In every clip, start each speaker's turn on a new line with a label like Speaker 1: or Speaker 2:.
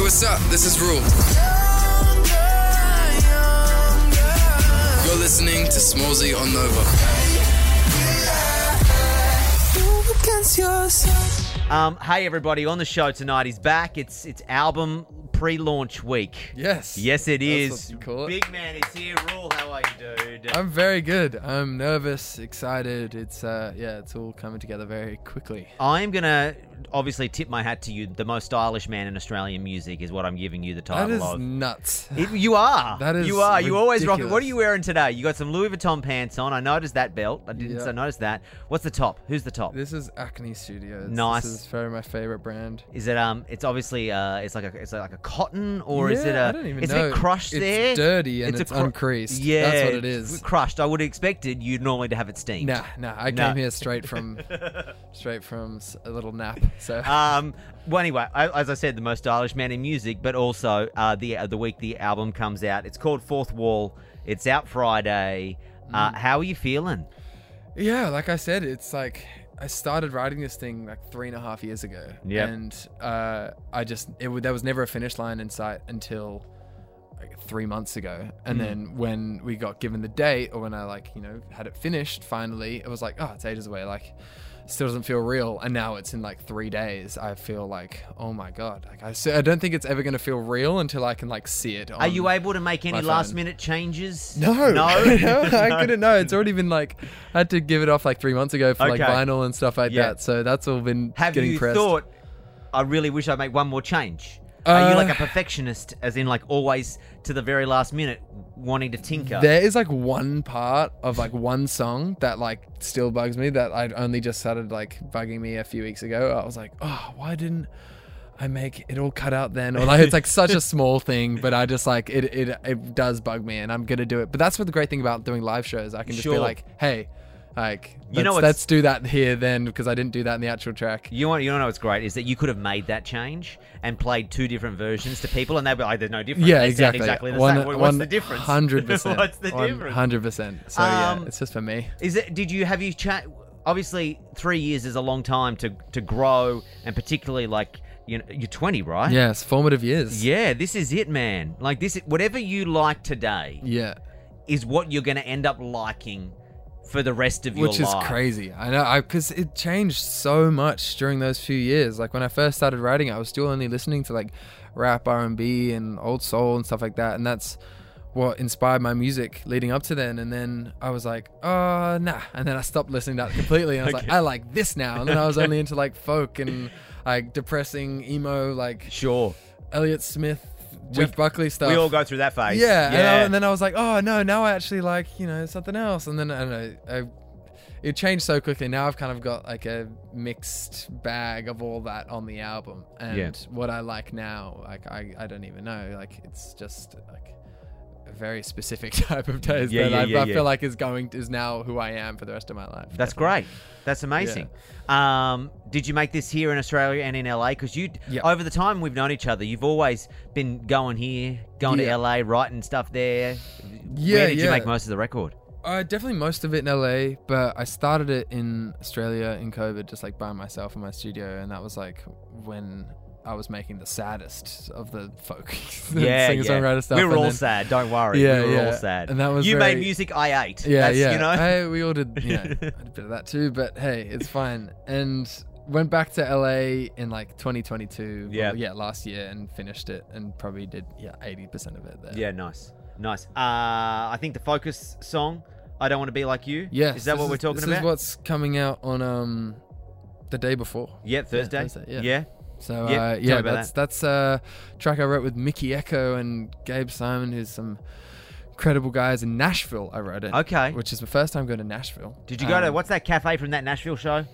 Speaker 1: What's up? This is Rule. You're listening to Smorzy on Nova.
Speaker 2: Um, hey everybody, on the show tonight is back. It's it's album pre-launch week.
Speaker 3: Yes.
Speaker 2: Yes, it is.
Speaker 3: That's what you call it.
Speaker 2: Big man is here. Rule, how are you, dude?
Speaker 3: I'm very good. I'm nervous, excited. It's uh yeah, it's all coming together very quickly.
Speaker 2: I'm gonna obviously tip my hat to you. The most stylish man in Australian music is what I'm giving you the
Speaker 3: That
Speaker 2: title
Speaker 3: is
Speaker 2: of.
Speaker 3: nuts.
Speaker 2: Oh, It- you are.
Speaker 3: That is
Speaker 2: You are. You always rock it.
Speaker 3: ridiculous.
Speaker 2: What are you wearing today? You got some Louis Vuitton pants on. I noticed that belt. I didn't.
Speaker 3: Yeah.
Speaker 2: I noticed that. What's the top? Who's the top?
Speaker 3: This is Acne Studios.
Speaker 2: Nice.
Speaker 3: This is very my favorite brand.
Speaker 2: Is it um? It's obviously uh. It's like a. It's like a cotton or is it a?
Speaker 3: Yeah, I don't even
Speaker 2: it's a
Speaker 3: know.
Speaker 2: bit crushed
Speaker 3: It's
Speaker 2: there.
Speaker 3: dirty and it's uncreased.
Speaker 2: Yeah,
Speaker 3: That's what it
Speaker 2: it's
Speaker 3: is.
Speaker 2: Crushed. I would have expected you would normally to have it steamed.
Speaker 3: Nah, nah. I
Speaker 2: Nah.
Speaker 3: came here straight from straight from s- a little nap. So
Speaker 2: Um. Well, anyway, I, as I said, the most stylish man in music, but also uh, the uh, the week the album comes out. It's called Fourth Wall. It's out Friday.
Speaker 3: Mm.
Speaker 2: Uh, how are you feeling?
Speaker 3: Yeah, like I said, it's like I started writing this thing like three and a half years ago.
Speaker 2: Yeah.
Speaker 3: And uh, I just, it, w- there was never a finish line in sight until like three months ago.
Speaker 2: Mm-hmm.
Speaker 3: And then when we got given the date or when I like, you know, had it finished finally, it was like, oh, it's ages away. Like, still doesn't feel real. And now it's in like three days. I feel like, oh my God. Like, I, so I don't think it's ever going to feel real until I can like see it. On,
Speaker 2: Are you able to make any
Speaker 3: phone.
Speaker 2: last minute changes?
Speaker 3: no,
Speaker 2: No.
Speaker 3: I couldn't. No, it's already been like I had to give it off like three months ago for like
Speaker 2: Okay.
Speaker 3: vinyl and stuff like
Speaker 2: Yeah.
Speaker 3: that. So that's all been
Speaker 2: Have
Speaker 3: getting
Speaker 2: you
Speaker 3: pressed.
Speaker 2: thought? I really wish I would make one more change. Are you
Speaker 3: Uh,
Speaker 2: like a perfectionist, as in like always to the very last minute, wanting to tinker?
Speaker 3: there is like one part of like one song that like still bugs me that I only just started like bugging me a few weeks ago. I was like, oh, why didn't I make it all cut out then? Or like it's like such a small thing, but I just like it it it does bug me, and I'm gonna do it. But that's what the great thing about doing live shows. I can just
Speaker 2: Sure.
Speaker 3: be like, hey. Like
Speaker 2: You
Speaker 3: let's,
Speaker 2: know what's-
Speaker 3: let's do that here then because I didn't do that in the actual track.
Speaker 2: You want you know what's great is that you could have made that change and played two different versions to people, and they'd be like, "There's no difference.
Speaker 3: Yeah,
Speaker 2: they sound
Speaker 3: exactly.
Speaker 2: exactly the same. What- What's the difference?
Speaker 3: Hundred percent.
Speaker 2: what's the difference?
Speaker 3: Hundred percent. So
Speaker 2: Um,
Speaker 3: yeah, it's just for me.
Speaker 2: Is it? Did you have you chat? Obviously, three years is a long time to to grow, and particularly like you know you're 20, right?
Speaker 3: Yes, formative years.
Speaker 2: Yeah, this is it, man. Like this, whatever you like today
Speaker 3: Yeah.
Speaker 2: is what you're going to end up liking for the rest of
Speaker 3: Which
Speaker 2: your
Speaker 3: is
Speaker 2: life.
Speaker 3: crazy. I know. I because it changed so much during those few years. Like when I first started writing, I was still only listening to like rap, R and B, and old soul and stuff like that. And that's what inspired my music leading up to then. And then I was like, uh, nah. And then I stopped listening to that completely. And I was like, I like this now. And then I was only into like folk and like depressing emo like
Speaker 2: Sure.
Speaker 3: Elliot Smith, Jeff Buckley stuff.
Speaker 2: We all go through that phase.
Speaker 3: Yeah, And, I-
Speaker 2: Yeah.
Speaker 3: and then I was like, oh no, now I actually like you know something else, and then I don't know. I, it changed so quickly. Now I've kind of got like a mixed bag of all that on the album, and
Speaker 2: Yeah.
Speaker 3: what I like now, like I, I don't even know. Like it's just like a very specific type of taste
Speaker 2: Yeah,
Speaker 3: that
Speaker 2: yeah,
Speaker 3: I,
Speaker 2: yeah,
Speaker 3: I
Speaker 2: yeah.
Speaker 3: feel like is going is now who I am for the rest of my life.
Speaker 2: That's great. That's amazing. Um, did you make this here in Australia and in LA? Because you,
Speaker 3: Yeah.
Speaker 2: over the time we've known each other, you've always been going here, going
Speaker 3: Yeah.
Speaker 2: to LA, writing stuff there.
Speaker 3: Yeah,
Speaker 2: Where did you
Speaker 3: yeah.
Speaker 2: make most of the record?
Speaker 3: Uh, definitely most of it in LA, but I started it in Australia in COVID, just like by myself in my studio, and that was like when I was making the saddest of the folk
Speaker 2: Yeah,
Speaker 3: singer
Speaker 2: yeah.
Speaker 3: songwriter stuff.
Speaker 2: we were
Speaker 3: and
Speaker 2: all
Speaker 3: then-
Speaker 2: sad. Don't worry.
Speaker 3: Yeah,
Speaker 2: we were all
Speaker 3: yeah.
Speaker 2: sad.
Speaker 3: And that was
Speaker 2: you made
Speaker 3: very-
Speaker 2: music. I ate.
Speaker 3: Yeah,
Speaker 2: That's,
Speaker 3: yeah.
Speaker 2: You know.
Speaker 3: Hey, we all did. You know, I did a bit of that too, but hey, it's fine. And went back to LA in like 2022.
Speaker 2: Yeah.
Speaker 3: well, yeah, last year, and finished it, and probably did yeah 80% of it there.
Speaker 2: yeah, nice, nice. Uh, I think the focus song. I don't want to be like you.
Speaker 3: Yes.
Speaker 2: Is that
Speaker 3: this
Speaker 2: what we're talking
Speaker 3: this
Speaker 2: about?
Speaker 3: is what's coming out on um the day before.
Speaker 2: yeah, Thursday.
Speaker 3: Thursday, yeah.
Speaker 2: yeah.
Speaker 3: So
Speaker 2: Yeah,
Speaker 3: uh,
Speaker 2: tell me
Speaker 3: yeah,
Speaker 2: about
Speaker 3: that's
Speaker 2: that.
Speaker 3: that's a track I wrote with Mickey Echo and Gabe Simon, who's some incredible guys in Nashville. I wrote it.
Speaker 2: Okay.
Speaker 3: Which is the first time going to Nashville.
Speaker 2: Did you go to
Speaker 3: Um,
Speaker 2: what's that cafe from that Nashville show?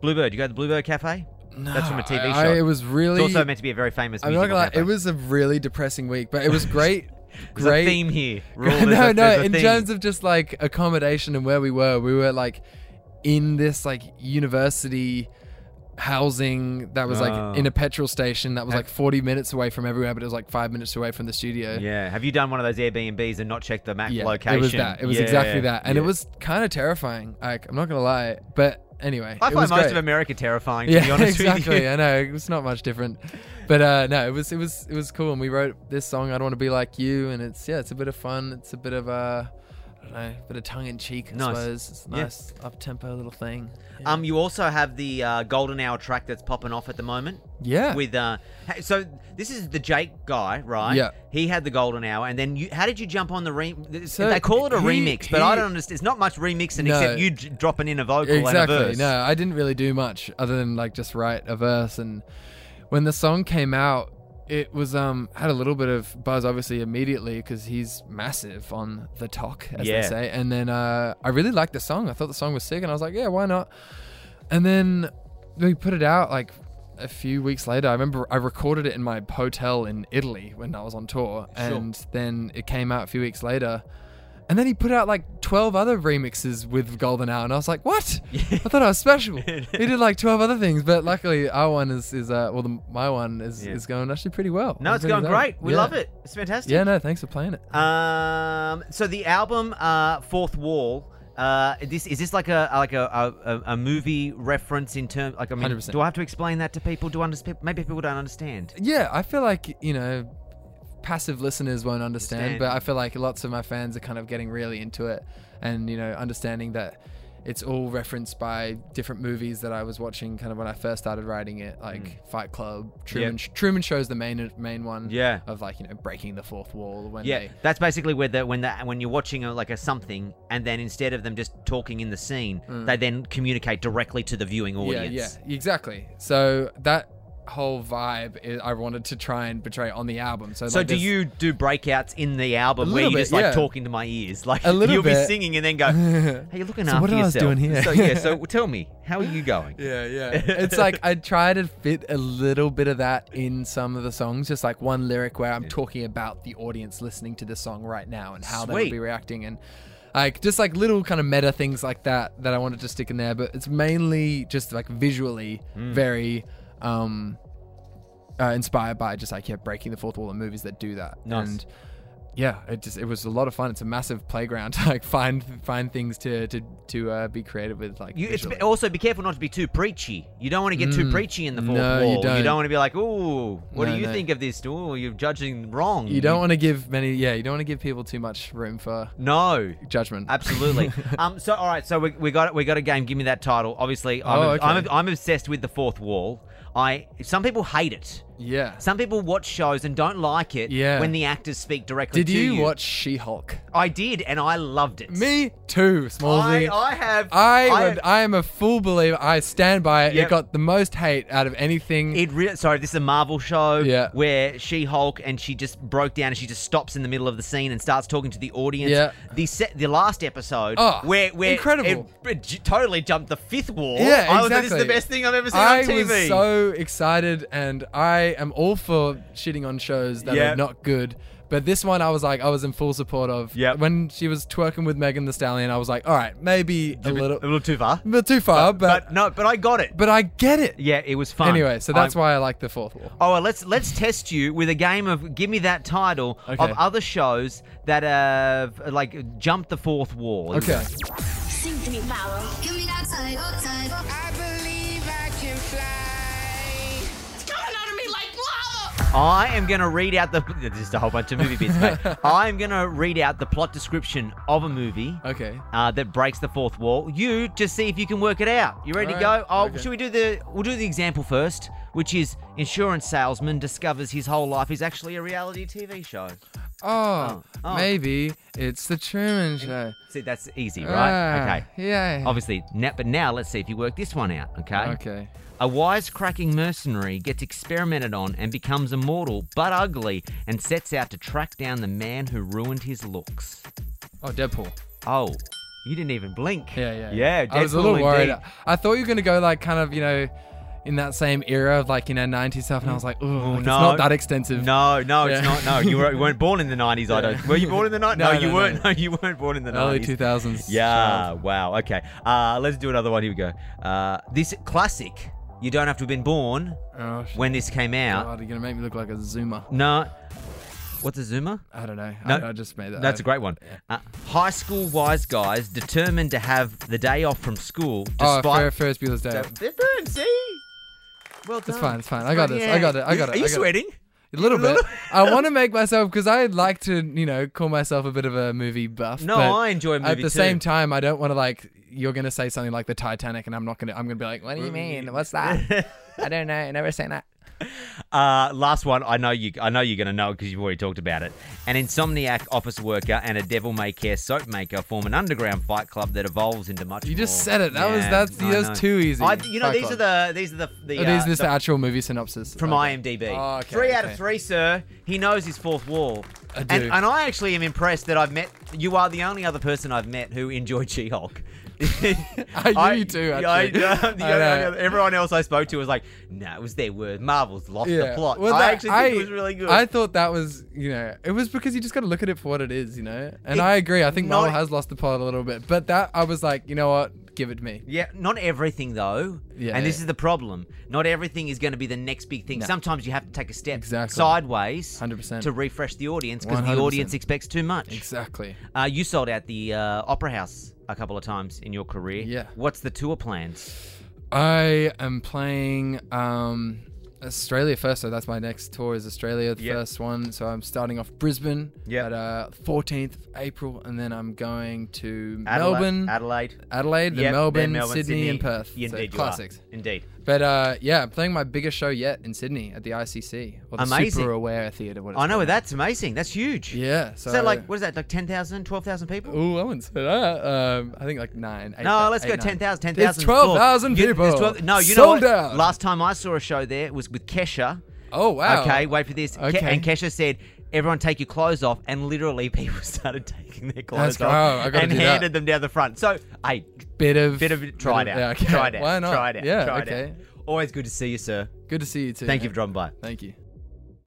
Speaker 2: Bluebird. You go to the Bluebird Cafe?
Speaker 3: No,
Speaker 2: That's from a TV
Speaker 3: I-
Speaker 2: show.
Speaker 3: I- it was really.
Speaker 2: it's also meant to be a very famous.
Speaker 3: I'm not gonna
Speaker 2: musical
Speaker 3: lie.
Speaker 2: cafe.
Speaker 3: It was a really depressing week, but it was great.
Speaker 2: There's a
Speaker 3: great
Speaker 2: theme here. Rule, there's
Speaker 3: no,
Speaker 2: a-
Speaker 3: no.
Speaker 2: there's a
Speaker 3: in
Speaker 2: theme.
Speaker 3: terms of just like accommodation and where we were, we were like in this like university housing that was
Speaker 2: Oh.
Speaker 3: like in a petrol station that was like 40 minutes away from everywhere, but it was like five minutes away from the studio.
Speaker 2: yeah, have you done one of those Airbnbs and not checked the map
Speaker 3: Yeah,
Speaker 2: location?
Speaker 3: It was that. It was
Speaker 2: Yeah,
Speaker 3: exactly that, and
Speaker 2: yeah.
Speaker 3: it was kind of terrifying. Like I'm not gonna lie, but anyway,
Speaker 2: I
Speaker 3: it
Speaker 2: find
Speaker 3: was
Speaker 2: most
Speaker 3: great.
Speaker 2: of America terrifying, to
Speaker 3: yeah,
Speaker 2: be honest
Speaker 3: exactly.
Speaker 2: with you.
Speaker 3: I know it was not much different, but uh, no, it was it was it was cool. And we wrote this song, "I Don't Want to Be Like You," and it's yeah, it's a bit of fun. It's a bit of uh, I don't know, a bit of tongue in cheek. I
Speaker 2: Nice.
Speaker 3: suppose it's a
Speaker 2: Yeah.
Speaker 3: nice up tempo little thing. Yeah.
Speaker 2: Um, you also have the uh, Golden Hour track that's popping off at the moment.
Speaker 3: yeah.
Speaker 2: With uh, ha- so this is the Jake guy, right?
Speaker 3: Yeah.
Speaker 2: He had the Golden Hour, and then you. How did you jump on the re?
Speaker 3: So
Speaker 2: they call it a
Speaker 3: he-
Speaker 2: remix, but I
Speaker 3: he-
Speaker 2: don't understand. It's not much remixing
Speaker 3: No.
Speaker 2: except you j- dropping in a vocal
Speaker 3: exactly.
Speaker 2: and a verse.
Speaker 3: No, I didn't really do much other than like just write a verse. And when the song came out, it was um had a little bit of buzz obviously immediately because he's massive on the talk as
Speaker 2: Yeah.
Speaker 3: they say. And then uh, I really liked the song. I thought the song was sick, and I was like, yeah, why not? And then we put it out like a few weeks later. I remember I recorded it in my hotel in Italy when I was on tour, and then it came out a few weeks later. And then he put out like 12 other remixes with Golden Hour, and I was like, "What? I thought I was special." he did like 12 other things, but luckily our one is is uh, well, the, my one is
Speaker 2: Yeah.
Speaker 3: is going actually pretty well.
Speaker 2: No,
Speaker 3: I'm
Speaker 2: it's
Speaker 3: pretty
Speaker 2: going
Speaker 3: excited.
Speaker 2: great. We
Speaker 3: Yeah.
Speaker 2: love it. It's fantastic.
Speaker 3: Yeah, no, thanks for playing it.
Speaker 2: Um, so the album uh, Fourth Wall. Uh, this is this like a like a, a, a- a movie reference in terms like I mean
Speaker 3: 100%.
Speaker 2: do I have to explain that to people? Do I understand? Maybe people don't understand.
Speaker 3: Yeah, I feel like you know, passive listeners won't understand,
Speaker 2: Understand.
Speaker 3: but I feel like lots of my fans are kind of getting really into it, and you know, understanding that it's all referenced by different movies that I was watching, kind of when I first started writing it, like
Speaker 2: Mm.
Speaker 3: Fight Club, Truman. Truman Show's the main main one.
Speaker 2: Yeah.
Speaker 3: Of like you know breaking the fourth wall when
Speaker 2: Yeah,
Speaker 3: they
Speaker 2: that's basically where the when the when you're watching a, like a something, and then instead of them just talking in the scene, they then communicate directly to the viewing audience.
Speaker 3: Mm. Yeah, yeah, exactly. So that whole vibe i I wanted to try and portray on the album. So,
Speaker 2: So
Speaker 3: like,
Speaker 2: do
Speaker 3: there's-
Speaker 2: you do breakouts in the album
Speaker 3: A
Speaker 2: where
Speaker 3: little
Speaker 2: you're
Speaker 3: bit,
Speaker 2: just like
Speaker 3: yeah.
Speaker 2: talking to my ears, like
Speaker 3: A little
Speaker 2: you'll be
Speaker 3: bit.
Speaker 2: singing and then go, "Hey, you're looking
Speaker 3: So
Speaker 2: after
Speaker 3: what I was
Speaker 2: yourself."
Speaker 3: doing here?
Speaker 2: So yeah, so tell me, how are you going?
Speaker 3: Yeah, yeah. It's like I try to fit a little bit of that in some of the songs, just like one lyric where I'm talking about the audience listening to this song right now and how they
Speaker 2: Sweet.
Speaker 3: would be reacting and like just like little kind of meta things like that that I wanted to stick in there, but it's mainly just like visually
Speaker 2: Hmm.
Speaker 3: very um uh, inspired by just like yeah, breaking the fourth wall and movies that do that.
Speaker 2: Nice.
Speaker 3: And yeah, it just it was a lot of fun. It's a massive playground to like find find things to to to uh, be creative with like
Speaker 2: You, it's,
Speaker 3: visually. Mm.
Speaker 2: also, be careful not to be too preachy. You don't want to get too preachy in the fourth
Speaker 3: no, you
Speaker 2: wall.
Speaker 3: don't.
Speaker 2: want to be like, "Ooh, what
Speaker 3: No,
Speaker 2: do you
Speaker 3: no.
Speaker 2: think of this? Ooh, you're judging wrong."
Speaker 3: You don't want to give many. Yeah, you don't want to give people too much room for
Speaker 2: No,
Speaker 3: judgment.
Speaker 2: Absolutely. um. So, all right. So we, we got we got a game. Give me that title. Obviously, I'm,
Speaker 3: Oh, okay.
Speaker 2: I'm I'm obsessed with the fourth wall. I some people hate it.
Speaker 3: yeah.
Speaker 2: Some people watch shows and don't like it
Speaker 3: Yeah.
Speaker 2: when the actors speak directly
Speaker 3: Did
Speaker 2: to you.
Speaker 3: you watch She-Hulk?
Speaker 2: I did, and I loved it.
Speaker 3: Me too,
Speaker 2: I,
Speaker 3: Smallsy. I,
Speaker 2: I have.
Speaker 3: would. I am a full believer. I stand by it.
Speaker 2: Yep.
Speaker 3: It got the most hate out of anything.
Speaker 2: It really sorry. This is a Marvel show
Speaker 3: Yeah.
Speaker 2: where She Hulk and she just broke down and she just stops in the middle of the scene and starts talking to the audience.
Speaker 3: Yeah.
Speaker 2: The set, the last episode
Speaker 3: Oh,
Speaker 2: where where
Speaker 3: incredible.
Speaker 2: It, it j- totally jumped the fifth wall.
Speaker 3: yeah, exactly.
Speaker 2: I was like, this is the best thing I've ever seen
Speaker 3: I
Speaker 2: on TV.
Speaker 3: was so excited, and I am all for shitting on shows that
Speaker 2: Yep.
Speaker 3: are not good. But this one, I was like, I was in full support of.
Speaker 2: Yep.
Speaker 3: When she was twerking with Megan The Stallion, I was like, all right, maybe a little,
Speaker 2: a little too far.
Speaker 3: a little too far, but
Speaker 2: But no, but I got it.
Speaker 3: but I get it.
Speaker 2: Yeah, it was fun.
Speaker 3: Anyway, so that's
Speaker 2: I-
Speaker 3: why I like the fourth wall.
Speaker 2: Oh, well, let's let's test you with a game of give me that title
Speaker 3: Okay.
Speaker 2: of other shows that have like jumped the fourth wall.
Speaker 3: Okay.
Speaker 4: Sing to me, Paolo. Give me that title, title.
Speaker 5: I believe I can fly.
Speaker 4: It's coming out of me like lava.
Speaker 2: I am going to read out the. This is a whole bunch of movie bits, mate. I am going to read out the plot description of a movie
Speaker 3: Okay.
Speaker 2: uh, that breaks the fourth wall. You just see if you can work it out. You ready to
Speaker 3: Alright,
Speaker 2: go? Oh,
Speaker 3: okay.
Speaker 2: should we do the? We'll do the example first, which is insurance salesman discovers his whole life is actually a reality TV show.
Speaker 3: Oh,
Speaker 2: oh.
Speaker 3: maybe it's the Truman Show.
Speaker 2: See, that's easy,
Speaker 3: Ah.
Speaker 2: right? okay.
Speaker 3: okay. Yeah.
Speaker 2: Obviously, na- but now let's see if you work this one out, okay?
Speaker 3: Okay.
Speaker 2: A wisecracking mercenary gets experimented on and becomes immortal but ugly and sets out to track down the man who ruined his looks.
Speaker 3: Oh, Deadpool.
Speaker 2: Oh, you didn't even blink.
Speaker 3: Yeah, yeah.
Speaker 2: Yeah,
Speaker 3: I was a
Speaker 2: Deadpool
Speaker 3: little worried.
Speaker 2: indeed.
Speaker 3: I thought you were gonna go like kind of you know, in that same era of like you know '90s stuff, and I was like, oh,
Speaker 2: Oh,
Speaker 3: it's
Speaker 2: no.
Speaker 3: not that extensive.
Speaker 2: No, no, it's
Speaker 3: Yeah.
Speaker 2: not. No, you, were, you weren't born in the 90s, I don't. Were you born in the 90s?
Speaker 3: No,
Speaker 2: you
Speaker 3: no,
Speaker 2: weren't. No.
Speaker 3: no.
Speaker 2: you weren't born in the
Speaker 3: Early
Speaker 2: 90s.
Speaker 3: 2000s.
Speaker 2: Yeah,
Speaker 3: child.
Speaker 2: wow. Okay. Uh, let's do another one. Here we go. Uh, this classic, you don't have to have been born
Speaker 3: Oh, shit.
Speaker 2: when this came out.
Speaker 3: God, you're gonna make me look like a Zoomer.
Speaker 2: No. What's a Zoomer?
Speaker 3: I don't know.
Speaker 2: No,
Speaker 3: I, I just made that.
Speaker 2: That's a
Speaker 3: up.
Speaker 2: great one. Uh, high school wise guys determined to have the day off from school
Speaker 3: Oh,
Speaker 2: despite.
Speaker 3: Fer- Ferris Bueller's Day.
Speaker 2: So-
Speaker 3: Off.
Speaker 2: Different, see? Well done.
Speaker 3: fine, it's fine. I got this, I got it, I
Speaker 2: You-
Speaker 3: got it,
Speaker 2: Are you
Speaker 3: I got it.
Speaker 2: sweating?
Speaker 3: A little bit. I want to make myself because I like to, you know, call myself a bit of a movie buff.
Speaker 2: No,
Speaker 3: but
Speaker 2: I enjoy
Speaker 3: At
Speaker 2: movie
Speaker 3: the
Speaker 2: too.
Speaker 3: same time, I don't want to like. You're gonna say something like the Titanic, and I'm not gonna. I'm gonna be like, what do you mean? What's that? I don't know. I never seen that.
Speaker 2: Uh, last one. I know you. I know you're going to know because you've already talked about it. An insomniac office worker and a devil may care soap maker form an underground fight club that evolves into much.
Speaker 3: You just
Speaker 2: more-
Speaker 3: said it. That was- that's-
Speaker 2: I
Speaker 3: that's
Speaker 2: know.
Speaker 3: too easy.
Speaker 2: I, you know,
Speaker 3: Fight
Speaker 2: these
Speaker 3: Club.
Speaker 2: are the these are the the,
Speaker 3: It
Speaker 2: uh,
Speaker 3: is this
Speaker 2: the
Speaker 3: the actual movie synopsis
Speaker 2: from
Speaker 3: Okay.
Speaker 2: IMDb.
Speaker 3: Oh, okay,
Speaker 2: three out of
Speaker 3: okay.
Speaker 2: three, sir. He knows his fourth wall.
Speaker 3: I
Speaker 2: And,
Speaker 3: do.
Speaker 2: and I actually am impressed that I've met. You are the only other person I've met who enjoyed She-Hulk.
Speaker 3: I knew you too,
Speaker 2: yeah, I-
Speaker 3: actually.
Speaker 2: I'm the
Speaker 3: I know.
Speaker 2: only- everyone else I spoke to was like, "No, it was their word. Marvel's lost the plot."
Speaker 3: Well,
Speaker 2: I
Speaker 3: that-
Speaker 2: actually think it was really good.
Speaker 3: I thought that was, you know, it was because you just got to look at it for what it is, you know. And I agree. I think
Speaker 2: not-
Speaker 3: Marvel has lost the plot a little bit, but that I was like, you know what, give it to me.
Speaker 2: Yeah, not everything though.
Speaker 3: Yeah.
Speaker 2: And this is the problem. Not everything is going to be the next big thing. Sometimes you have to take a step
Speaker 3: Exactly.
Speaker 2: sideways
Speaker 3: 100%.
Speaker 2: to refresh the audience because the
Speaker 3: 100%.
Speaker 2: audience expects too much.
Speaker 3: Exactly.
Speaker 2: Uh, you sold out the uh, Opera House a couple of times in your career.
Speaker 3: Yeah.
Speaker 2: What's the tour plans?
Speaker 3: I am playing um Australia first, so that's my next tour is Australia, the
Speaker 2: Yeah.
Speaker 3: first one. So I'm starting off Brisbane
Speaker 2: Yeah.
Speaker 3: at uh, 14th of April, and then I'm going to
Speaker 2: Adela-
Speaker 3: Melbourne,
Speaker 2: Adelaide.
Speaker 3: Adelaide, then
Speaker 2: Yep,
Speaker 3: Melbourne,
Speaker 2: then
Speaker 3: Sydney, and Perth.
Speaker 2: Indeed,
Speaker 3: So
Speaker 2: you are.
Speaker 3: classics.
Speaker 2: Indeed.
Speaker 3: But uh, yeah, I'm playing my biggest show yet in Sydney at the ICC, or the
Speaker 2: Amazing.
Speaker 3: Super Aware Theatre. What it's
Speaker 2: I know,
Speaker 3: called.
Speaker 2: that's amazing. That's huge.
Speaker 3: Yeah. So,
Speaker 2: So, like, what is that, like 10,000, 12,000 people?
Speaker 3: Oh, I wouldn't say that. Um, I think like nine. eight
Speaker 2: No,
Speaker 3: thou-
Speaker 2: let's
Speaker 3: eight,
Speaker 2: go
Speaker 3: nine.
Speaker 2: 10,000. 10,000
Speaker 3: It's twelve thousand people.
Speaker 2: no, you know
Speaker 3: sold
Speaker 2: what?
Speaker 3: out.
Speaker 2: Last time I saw a show there it was with Kesha.
Speaker 3: Oh wow.
Speaker 2: Okay, wait for this. Ke-
Speaker 3: Okay.
Speaker 2: and Kesha said, "Everyone, take your clothes off," and literally people started taking their clothes
Speaker 3: That's- oh,
Speaker 2: off
Speaker 3: I gotta
Speaker 2: and
Speaker 3: do that.
Speaker 2: handed them down the front. So, hey,
Speaker 3: Bit of
Speaker 2: bit of try it
Speaker 3: bit
Speaker 2: out,
Speaker 3: of- yeah, okay.
Speaker 2: try it out,
Speaker 3: Why not?
Speaker 2: try it out,
Speaker 3: Yeah.
Speaker 2: try it
Speaker 3: okay.
Speaker 2: out. Always good to see you, sir.
Speaker 3: Good to see you too.
Speaker 2: Thank you
Speaker 3: man.
Speaker 2: for dropping by.
Speaker 3: Thank you.